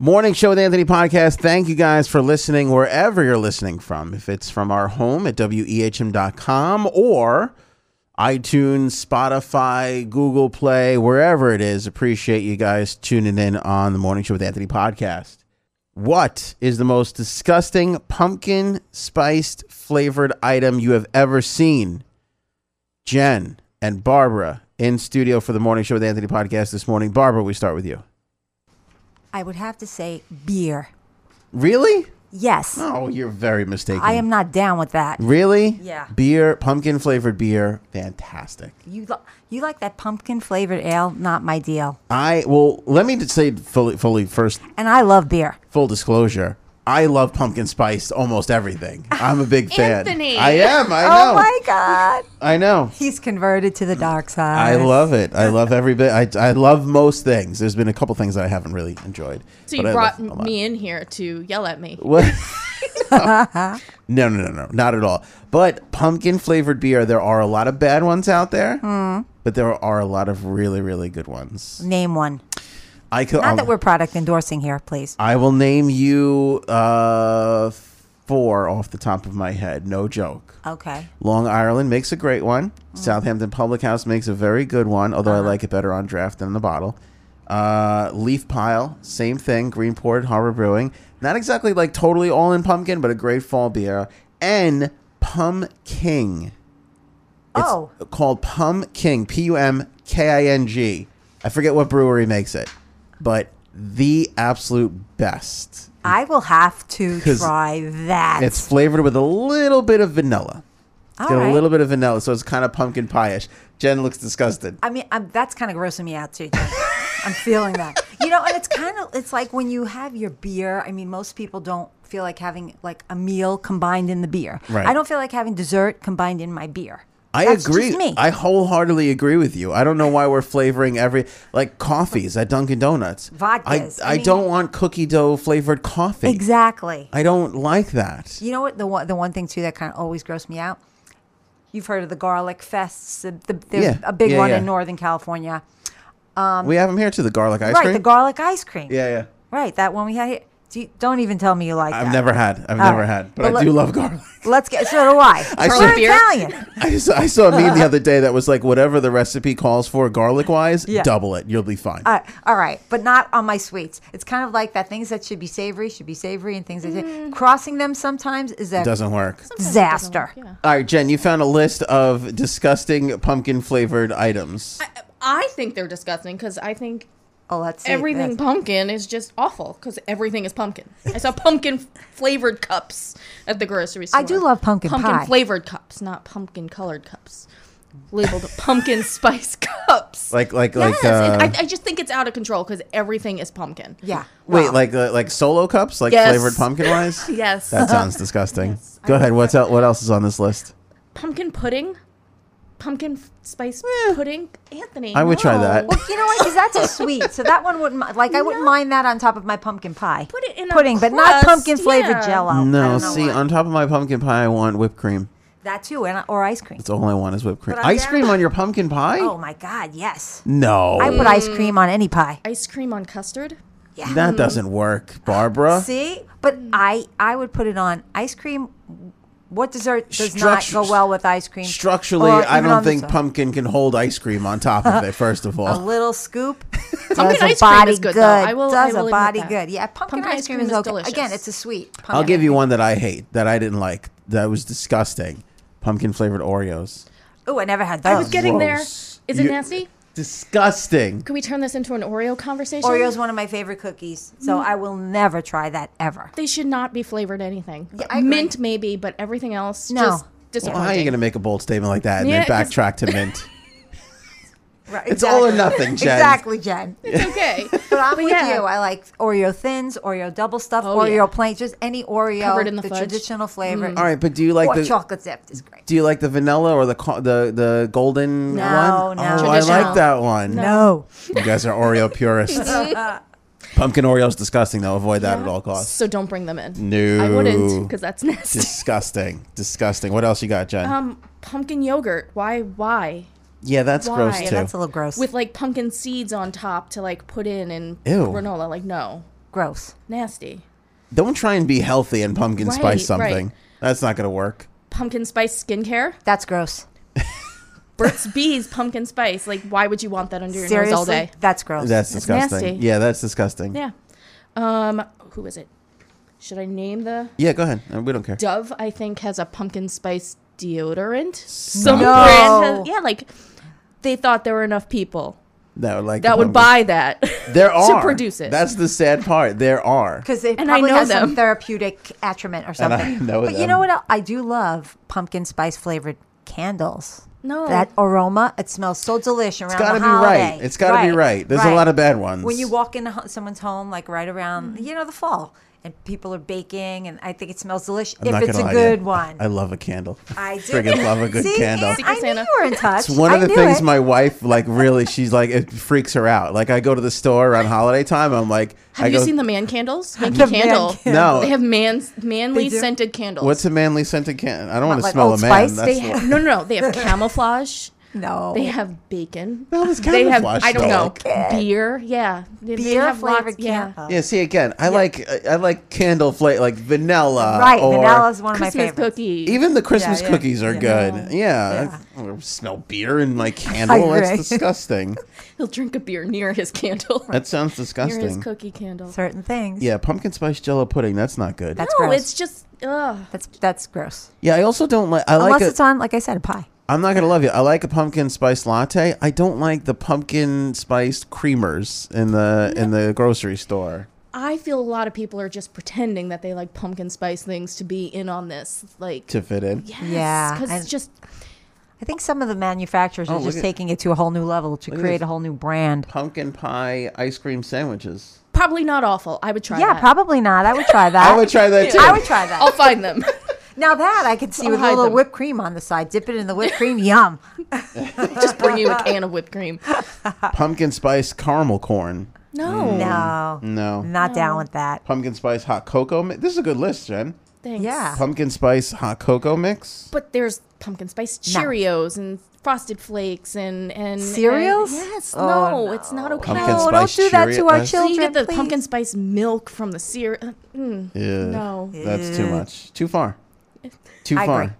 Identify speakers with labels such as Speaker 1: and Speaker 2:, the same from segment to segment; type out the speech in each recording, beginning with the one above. Speaker 1: Morning Show with Anthony podcast. Thank you guys for listening wherever you're listening from. If it's from our home at E wehm.com or iTunes, Spotify, Google Play, wherever it is, appreciate you guys tuning in on the Morning Show with Anthony podcast. What is the most disgusting pumpkin spiced flavored item you have ever seen? Jen and Barbara in studio for the Morning Show with Anthony podcast this morning. Barbara, we start with you.
Speaker 2: I would have to say beer.
Speaker 1: Really?
Speaker 2: Yes.
Speaker 1: Oh, Mm. you're very mistaken.
Speaker 2: I am not down with that.
Speaker 1: Really?
Speaker 2: Yeah.
Speaker 1: Beer, pumpkin flavored beer, fantastic.
Speaker 2: You li- you like that pumpkin flavored ale? Not my deal.
Speaker 1: I well, let me just say fully, fully first,
Speaker 2: And I love beer.
Speaker 1: full disclosure. I love pumpkin spice almost everything. I'm a big fan.
Speaker 3: Anthony.
Speaker 1: I am. I know.
Speaker 2: Oh my god.
Speaker 1: I know.
Speaker 2: He's converted to the dark side.
Speaker 1: I love it. I love every bit. I, I love most things. There's been a couple things that I haven't really enjoyed.
Speaker 3: So you
Speaker 1: but I
Speaker 3: brought
Speaker 1: love them a lot.
Speaker 3: me in here to yell at me.
Speaker 1: What? no, no, no, no, not at all. But pumpkin flavored beer, there are a lot of bad ones out there,
Speaker 2: Hmm.
Speaker 1: but there are a lot of really, really good ones.
Speaker 2: Name one.
Speaker 1: I could.
Speaker 2: Not
Speaker 1: I'll-
Speaker 2: that we're product endorsing here, please.
Speaker 1: I will name you uh, four off the top of my head. No joke.
Speaker 2: Okay.
Speaker 1: Long Ireland makes a great one. Southampton Public House makes a very good one, although I like it better on draft than in the bottle. Uh, Leaf Pile, same thing. Greenport Harbor Brewing, not exactly like totally all in pumpkin, but a great fall beer. And Pum King. It's
Speaker 2: Oh.
Speaker 1: called Pum King. P U M K I N G. I forget what brewery makes it, but the absolute best.
Speaker 2: I will have to
Speaker 1: 'Cause
Speaker 2: try that.
Speaker 1: It's flavored with a little bit of vanilla.
Speaker 2: All
Speaker 1: Get a
Speaker 2: right.
Speaker 1: little bit of vanilla, so it's kind of pumpkin pie-ish. Jen looks disgusted.
Speaker 2: I mean, I'm, that's kind of grossing me out too. Jen. I'm feeling that. You know, and it's kind of it's like when you have your beer. I mean, most people don't feel like having like a meal combined in the beer.
Speaker 1: Right.
Speaker 2: I don't feel like having dessert combined in my beer.
Speaker 1: I
Speaker 2: That's
Speaker 1: agree.
Speaker 2: Just me.
Speaker 1: I wholeheartedly agree with you. I don't know why we're flavoring every like coffees at Dunkin' Donuts.
Speaker 2: Vodkas.
Speaker 1: I, I,
Speaker 2: I mean-
Speaker 1: don't want cookie dough flavored coffee.
Speaker 2: exactly.
Speaker 1: I don't like that.
Speaker 2: You know what? The one the one thing too that kind of always grossed me out. You've heard of the garlic fests. The, the, there's
Speaker 1: Yeah.
Speaker 2: a big
Speaker 1: Yeah,
Speaker 2: one
Speaker 1: yeah.
Speaker 2: in Northern California.
Speaker 1: we have them here too. The garlic ice
Speaker 2: Um, right,
Speaker 1: cream.
Speaker 2: the garlic ice cream.
Speaker 1: yeah, yeah.
Speaker 2: Right, that one we had. Here. Do you, don't even tell me you like
Speaker 1: I've
Speaker 2: that.
Speaker 1: never had. I've
Speaker 2: All
Speaker 1: never
Speaker 2: right.
Speaker 1: had, but,
Speaker 2: But
Speaker 1: I do
Speaker 2: let-
Speaker 1: love garlic.
Speaker 2: Let's get. So do I.
Speaker 1: I
Speaker 2: We're
Speaker 1: saw-
Speaker 2: Italian.
Speaker 1: I saw, I saw a meme the other day that was like, whatever the recipe calls for, garlic wise,
Speaker 2: Yeah.
Speaker 1: double it. You'll be fine.
Speaker 2: Uh, all right, but not on my sweets. It's kind of like that things that should be savory should be savory, and things that
Speaker 3: Mm-hmm.
Speaker 2: crossing them sometimes is a
Speaker 1: Doesn't work.
Speaker 2: disaster.
Speaker 1: All right, Jen, you found a list of disgusting pumpkin flavored items.
Speaker 3: I think they're disgusting because I think
Speaker 2: Oh, let's see. That's-
Speaker 3: everything pumpkin is just awful because everything is pumpkin. I saw pumpkin flavored cups at the grocery store.
Speaker 2: I do love pumpkin pie.
Speaker 3: Pumpkin flavored cups, not pumpkin colored cups. Labeled pumpkin spice cups.
Speaker 1: Like- like- like,
Speaker 3: Yes, it-
Speaker 1: uh,
Speaker 3: I, I just think it's out of control because everything is pumpkin.
Speaker 2: yeah.
Speaker 1: Wait, like uh, like solo cups, like
Speaker 3: Yes.
Speaker 1: flavored pumpkin wise.
Speaker 3: Yes.
Speaker 1: that sounds disgusting. Go ahead. What's el- what else is on this list?
Speaker 3: Pumpkin pudding, pumpkin f- spice pudding. Anthony,
Speaker 1: Eh. I would try
Speaker 3: no.
Speaker 1: that.
Speaker 2: Well, you know what? 'Cause that's a sweet, so that one wouldn't mi- like. I wouldn't mind that on top of my pumpkin pie.
Speaker 3: Put it in a
Speaker 2: pudding, but not
Speaker 3: crust,
Speaker 2: pumpkin flavored
Speaker 3: yeah.
Speaker 2: Jello. Oh, I
Speaker 1: No,
Speaker 2: don't know
Speaker 1: see,
Speaker 2: why.
Speaker 1: on top of my pumpkin pie, I want whipped cream.
Speaker 2: that too, and or ice cream.
Speaker 1: That's all I want is whipped cream.
Speaker 2: But I'm
Speaker 1: Ice
Speaker 2: down-
Speaker 1: cream on your pumpkin pie?
Speaker 2: Oh my God, yes.
Speaker 1: No,
Speaker 2: I put
Speaker 3: Mm.
Speaker 2: ice cream on any pie.
Speaker 3: Ice cream on custard.
Speaker 1: that doesn't work, Barbara.
Speaker 2: See, but
Speaker 3: Mm.
Speaker 2: I I would put it on ice cream. What dessert does
Speaker 1: Structu-
Speaker 2: not go well with ice cream?
Speaker 1: Structurally,
Speaker 2: Or
Speaker 1: I
Speaker 2: even
Speaker 1: don't
Speaker 2: on the
Speaker 1: think
Speaker 2: side.
Speaker 1: pumpkin can hold ice cream on top of it. First of
Speaker 2: A
Speaker 1: all,
Speaker 2: little scoop does
Speaker 3: Oh. Pumpkin
Speaker 2: a
Speaker 3: ice cream
Speaker 2: body
Speaker 3: is good,
Speaker 2: good.
Speaker 3: though. I will- I
Speaker 2: does
Speaker 3: will
Speaker 2: a
Speaker 3: admit
Speaker 2: body
Speaker 3: that.
Speaker 2: good. Yeah, pumpkin, ice cream, is, okay. Again, it's a sweet. Pumpkin.
Speaker 1: I'll give you one that I hate, that I didn't like, that was disgusting. Pumpkin flavored Oreos.
Speaker 2: Oh, I never had
Speaker 3: I
Speaker 2: those.
Speaker 3: was getting there.
Speaker 1: gross.
Speaker 3: Is it
Speaker 1: You-
Speaker 3: nasty?
Speaker 1: Disgusting.
Speaker 3: Can we turn this into an Oreo conversation?
Speaker 2: Oreo's one of my favorite cookies, so
Speaker 3: Mm.
Speaker 2: I will never try that ever.
Speaker 3: They should not be flavored anything.
Speaker 2: I agree.
Speaker 3: mint maybe, but everything else
Speaker 2: No.
Speaker 3: just
Speaker 1: Well, how are you
Speaker 3: disappointing.
Speaker 1: going to make a bold statement like that and
Speaker 3: Yeah,
Speaker 1: then
Speaker 3: 'cause-
Speaker 1: backtrack to mint?
Speaker 2: Right,
Speaker 1: It's all or
Speaker 2: exactly.
Speaker 1: nothing, Jen.
Speaker 2: Exactly, Jen.
Speaker 3: It's okay.
Speaker 2: But I'm with
Speaker 3: yeah.
Speaker 2: you. I like Oreo thins, Oreo double stuff,
Speaker 3: Oh,
Speaker 2: Oreo
Speaker 3: yeah.
Speaker 2: plain, just any Oreo,
Speaker 3: Covered in the fudge. Mm.
Speaker 2: traditional flavor.
Speaker 1: All right, but do you like
Speaker 2: or
Speaker 1: the
Speaker 2: chocolate dipped is great.
Speaker 1: do you like the vanilla or the co- the the golden
Speaker 2: No,
Speaker 1: one?
Speaker 2: no.
Speaker 1: Oh, I like
Speaker 3: Traditional.
Speaker 1: that one.
Speaker 2: No.
Speaker 1: You guys are Oreo purists. Pumpkin Oreo's disgusting though. Avoid that at all costs.
Speaker 3: So don't bring them in.
Speaker 1: No.
Speaker 3: I wouldn't because that's nasty.
Speaker 1: disgusting. Disgusting. What else you got, Jen?
Speaker 3: um, pumpkin yogurt. Why? Why?
Speaker 1: yeah, that's
Speaker 3: why?
Speaker 1: gross too.
Speaker 3: Yeah,
Speaker 2: That's a little gross.
Speaker 3: With like pumpkin seeds on top to like put in and
Speaker 1: Ew.
Speaker 3: granola. Like no,
Speaker 2: gross.
Speaker 3: nasty.
Speaker 1: Don't try and be healthy and pumpkin
Speaker 3: Right,
Speaker 1: spice something.
Speaker 3: right.
Speaker 1: That's not going to work.
Speaker 3: Pumpkin spice skincare.
Speaker 2: That's gross.
Speaker 3: Burt's Bees pumpkin spice. Like why would you want that under your
Speaker 2: Seriously,
Speaker 3: nose all day?
Speaker 2: that's gross.
Speaker 1: That's disgusting.
Speaker 3: nasty.
Speaker 1: Yeah, that's disgusting. Yeah,
Speaker 3: Yeah. Um, who is it? Should I name the
Speaker 1: go ahead. Uh, We don't care.
Speaker 3: Dove? I think has a pumpkin spice deodorant.
Speaker 1: Some
Speaker 3: brand has-
Speaker 2: No.
Speaker 3: yeah, like they thought there were enough people
Speaker 1: that would like
Speaker 3: that
Speaker 1: the
Speaker 3: would
Speaker 1: pumpkin.
Speaker 3: buy that
Speaker 1: There are
Speaker 3: to produce it.
Speaker 1: That's the sad part. There are.
Speaker 2: because it
Speaker 3: And I
Speaker 2: probably
Speaker 3: know
Speaker 2: has some
Speaker 3: them.
Speaker 2: therapeutic attriment or
Speaker 1: I
Speaker 2: something.
Speaker 1: know
Speaker 2: but you
Speaker 1: them.
Speaker 2: know what? el- I do love pumpkin spice flavored candles.
Speaker 3: No.
Speaker 2: that aroma. It smells so delicious around
Speaker 1: gotta
Speaker 2: the
Speaker 1: be right.
Speaker 2: holiday.
Speaker 1: It's gotta be right. There's a lot of bad ones.
Speaker 2: when you walk into ho- someone's home, like right
Speaker 3: Mm.
Speaker 2: around you know the fall, and people are baking, and I think it smells delicious
Speaker 1: I'm not
Speaker 2: if it's
Speaker 1: gonna
Speaker 2: a
Speaker 1: lie to you.
Speaker 2: good one.
Speaker 1: I love a candle.
Speaker 2: I do.
Speaker 1: Friggin' love a good
Speaker 2: See,
Speaker 1: candle.
Speaker 2: Ann, I knew
Speaker 3: Santa.
Speaker 2: you were in touch.
Speaker 1: It's one of
Speaker 2: I
Speaker 1: the
Speaker 2: knew
Speaker 1: things
Speaker 2: it.
Speaker 1: my wife like really she's like it freaks her out. Like I go to the store on holiday time, I'm like
Speaker 3: Have
Speaker 1: I
Speaker 3: you
Speaker 1: go,
Speaker 3: seen the man candles? Minky
Speaker 2: The man
Speaker 3: candle.
Speaker 1: No.
Speaker 3: They have man manly
Speaker 2: do?
Speaker 3: scented candles.
Speaker 1: What's a manly scented candle? I don't want to
Speaker 2: like
Speaker 1: smell a
Speaker 2: Old
Speaker 1: man.
Speaker 2: Spice?
Speaker 1: That's
Speaker 2: They
Speaker 1: what-
Speaker 3: no, no, no. They have camouflage.
Speaker 2: No.
Speaker 3: They have bacon.
Speaker 1: hell is
Speaker 3: they have
Speaker 1: camouflage
Speaker 3: I don't know
Speaker 1: dog?
Speaker 3: beer. Yeah, They- they
Speaker 2: beer
Speaker 3: have lots-
Speaker 2: flavored candle.
Speaker 1: yeah, see again, I like I- I like candle flavor like vanilla.
Speaker 2: Right,
Speaker 1: or
Speaker 2: vanilla is one of my
Speaker 3: Christmas
Speaker 2: favorites.
Speaker 3: cookies.
Speaker 1: Even the Christmas
Speaker 2: yeah.
Speaker 1: cookies are good. Yeah. I I smell beer in my candle. That's
Speaker 2: agree.
Speaker 1: disgusting.
Speaker 3: He'll drink a beer near his candle.
Speaker 1: That sounds
Speaker 3: near his
Speaker 1: disgusting.
Speaker 3: cookie candle.
Speaker 2: Certain things.
Speaker 1: Yeah, pumpkin spice jello pudding. That's not good.
Speaker 2: That's
Speaker 3: no,
Speaker 2: gross.
Speaker 3: it's just ugh.
Speaker 2: that's that's gross.
Speaker 1: yeah, I also don't like. I
Speaker 2: Unless
Speaker 1: like. A,
Speaker 2: it's on, like I said, a pie.
Speaker 1: I'm not gonna love you. I like a pumpkin spice latte. I don't like the pumpkin spiced creamers in the in the grocery store.
Speaker 3: I feel a lot of people are just pretending that they like pumpkin spice things to be in on this. Like
Speaker 1: to fit in.
Speaker 3: yes,
Speaker 2: Yeah,
Speaker 3: because it's
Speaker 2: I-
Speaker 3: just
Speaker 2: I think some of the manufacturers
Speaker 1: Oh,
Speaker 2: are
Speaker 1: look
Speaker 2: just
Speaker 1: at-
Speaker 2: taking it to a whole new level to
Speaker 1: at
Speaker 2: create
Speaker 1: this.
Speaker 2: a whole new brand.
Speaker 1: Pumpkin pie ice cream sandwiches.
Speaker 3: probably not awful. I would try.
Speaker 2: Yeah,
Speaker 3: that.
Speaker 2: probably not. I would try that.
Speaker 1: I would try that too. Oh.
Speaker 2: I would try that.
Speaker 3: I'll find them.
Speaker 2: Now that I could see
Speaker 3: I'll
Speaker 2: with a
Speaker 3: hide
Speaker 2: little
Speaker 3: them.
Speaker 2: whipped cream on the side, dip it in the whipped cream. Yum.
Speaker 3: just bring you a can of whipped cream.
Speaker 1: Pumpkin spice caramel corn.
Speaker 3: No,
Speaker 2: Mm. No,
Speaker 1: No.
Speaker 2: not down with that.
Speaker 1: Pumpkin spice hot cocoa. Mi- this is a good list, Jen.
Speaker 3: thanks.
Speaker 2: Yeah.
Speaker 1: Pumpkin spice hot cocoa mix.
Speaker 3: But there's pumpkin spice Cheerios and Frosted Flakes and and
Speaker 2: Cereals?
Speaker 3: and- yes,
Speaker 2: Oh,
Speaker 3: no, it's not okay.
Speaker 1: Pumpkin
Speaker 2: no,
Speaker 1: spice
Speaker 2: Oh, don't do that
Speaker 1: Cheerio-
Speaker 2: to our
Speaker 1: that's- So
Speaker 3: So
Speaker 2: children.
Speaker 3: you get the
Speaker 2: please.
Speaker 3: pumpkin spice milk from the cereal. Mm,
Speaker 1: Ew.
Speaker 3: no,
Speaker 1: That's too much. Too far. Too
Speaker 2: I
Speaker 1: far.
Speaker 2: agree.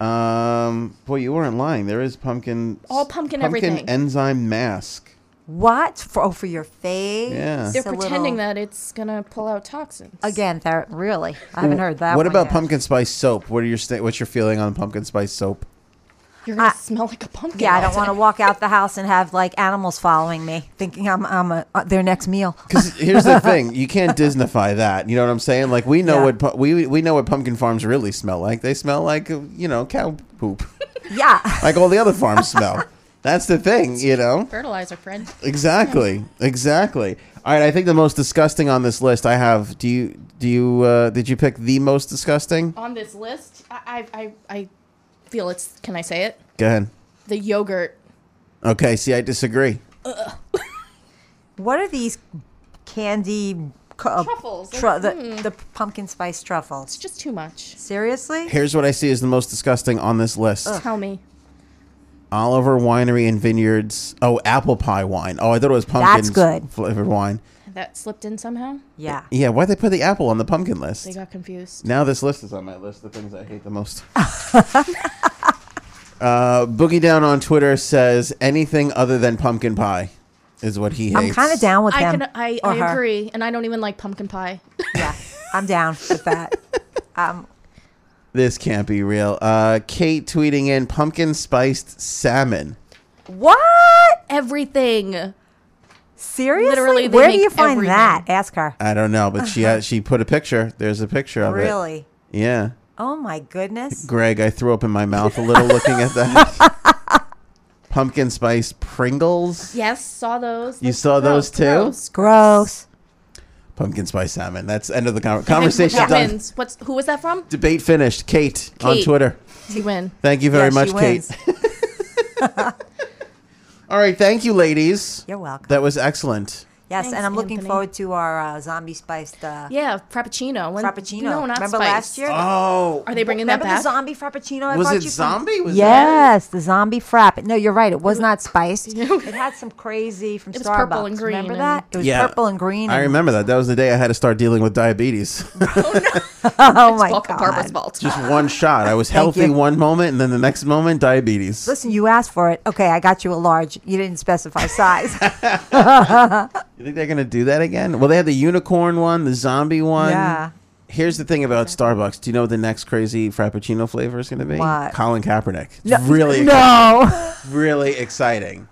Speaker 1: Um, boy, you weren't lying. There is pumpkin.
Speaker 3: All pumpkin
Speaker 1: pumpkin
Speaker 3: everything.
Speaker 1: enzyme mask.
Speaker 2: What for? Oh, for your face?
Speaker 1: Yeah.
Speaker 3: they're
Speaker 2: A little-
Speaker 3: pretending that it's gonna pull out toxins.
Speaker 2: again. That really, I haven't heard that.
Speaker 1: what
Speaker 2: one
Speaker 1: about
Speaker 2: yet.
Speaker 1: pumpkin spice soap? What are your sta- what's your feeling on pumpkin spice soap?
Speaker 3: You're gonna
Speaker 2: I-
Speaker 3: smell like a pumpkin.
Speaker 2: Yeah, I
Speaker 3: all
Speaker 2: don't want to
Speaker 3: day.
Speaker 2: walk out the house and have like animals following me, thinking I'm I'm a, uh, their next meal.
Speaker 1: Because here's the thing, you can't Disneyfy that. You know what I'm saying? Like we know
Speaker 2: Yeah.
Speaker 1: what pu- we we know what pumpkin farms really smell like. They smell like uh, you know cow poop,
Speaker 2: Yeah,
Speaker 1: like all the other farms smell. That's the thing, you know.
Speaker 3: Fertilizer, friend.
Speaker 1: Exactly, exactly. All right, I think the most disgusting on this list I have. Do you do you uh, did you pick the most disgusting?
Speaker 3: On this list, I, I, I, I feel it's. Can I say it?
Speaker 1: Go ahead.
Speaker 3: The yogurt.
Speaker 1: Okay, see, I disagree.
Speaker 2: what are these candy cu- uh,
Speaker 3: Truffles,
Speaker 2: tru-
Speaker 3: like,
Speaker 2: the,
Speaker 3: mm.
Speaker 2: the pumpkin spice truffles.
Speaker 3: It's just too much.
Speaker 2: Seriously?
Speaker 1: Here's what I see as the most disgusting on this list:
Speaker 3: Tell me.
Speaker 1: Oliver Winery and Vineyards. Oh, apple pie wine. Oh, I thought it was pumpkin
Speaker 2: good.
Speaker 1: flavored wine.
Speaker 3: That slipped in somehow.
Speaker 2: Yeah.
Speaker 1: Yeah, why they put the apple on the pumpkin list?
Speaker 3: They got confused.
Speaker 1: Now this list is on my list. The things I hate the most. uh, Boogie down on Twitter says anything other than pumpkin pie is what he hates.
Speaker 2: I'm kind of down with
Speaker 3: I
Speaker 2: them.
Speaker 3: can. I,
Speaker 2: or
Speaker 3: I
Speaker 2: her.
Speaker 3: agree, and I don't even like pumpkin pie.
Speaker 2: Yeah, I'm down with that. Um,
Speaker 1: This can't be real. Uh, Kate tweeting in pumpkin spiced salmon.
Speaker 2: what?
Speaker 3: Everything.
Speaker 2: Seriously?
Speaker 3: Literally, they
Speaker 2: Where do
Speaker 3: make
Speaker 2: you find
Speaker 3: everything.
Speaker 2: that? Ask her.
Speaker 1: I don't know, but she uh, she put a picture. There's a picture of it.
Speaker 2: Uh-huh. Really?
Speaker 1: Yeah.
Speaker 2: Oh my goodness.
Speaker 1: Greg, I threw up in my mouth a little looking at that. pumpkin spice Pringles.
Speaker 3: Yes, saw those.
Speaker 1: You saw those too?
Speaker 2: It's gross.
Speaker 1: Pumpkin spice salmon. That's end of the con- conversation. Done.
Speaker 3: Wins. What's who was that from?
Speaker 1: Debate finished. Kate, on
Speaker 3: Kate.
Speaker 1: Twitter.
Speaker 3: You win.
Speaker 1: Thank you very
Speaker 2: Yeah,
Speaker 1: much,
Speaker 2: she
Speaker 1: Kate.
Speaker 2: wins.
Speaker 1: All right, thank you, ladies.
Speaker 2: You're welcome.
Speaker 1: That was excellent.
Speaker 2: Yes,
Speaker 3: Thanks,
Speaker 2: and I'm looking
Speaker 3: Anthony.
Speaker 2: forward to our uh, zombie spiced uh,
Speaker 3: Yeah, frappuccino. When,
Speaker 2: frappuccino.
Speaker 3: No, not
Speaker 2: Remember
Speaker 3: spiced.
Speaker 2: last year?
Speaker 1: Oh,
Speaker 3: Are they bringing
Speaker 2: Remember the
Speaker 3: that back?
Speaker 2: zombie frappuccino I
Speaker 1: was
Speaker 2: bought
Speaker 1: it
Speaker 2: you from-
Speaker 1: zombie? Was that-
Speaker 2: Yes, the zombie frap. No, you're right. It was not spiced. it had some crazy from
Speaker 3: was
Speaker 2: Starbucks.
Speaker 3: purple and green
Speaker 2: Remember
Speaker 3: and-
Speaker 2: that? It was
Speaker 1: Yeah.
Speaker 2: purple and green.
Speaker 1: I
Speaker 2: and-
Speaker 1: remember that. That was the day I had to start dealing with diabetes.
Speaker 2: Oh my
Speaker 3: Welcome, Barbara's
Speaker 2: god!
Speaker 3: Vault.
Speaker 1: Just one shot. I was healthy
Speaker 2: you.
Speaker 1: one moment, and then the next moment, diabetes.
Speaker 2: Listen, you asked for it. Okay, I got you a large. You didn't specify size.
Speaker 1: You think they're gonna do that again? Well, they had the unicorn one, the zombie one.
Speaker 2: Yeah.
Speaker 1: Here's the thing about Starbucks. Do you know what the next crazy frappuccino flavor is gonna be?
Speaker 2: What? Oh.
Speaker 1: Colin Kaepernick. It's really,
Speaker 2: no.
Speaker 1: really exciting.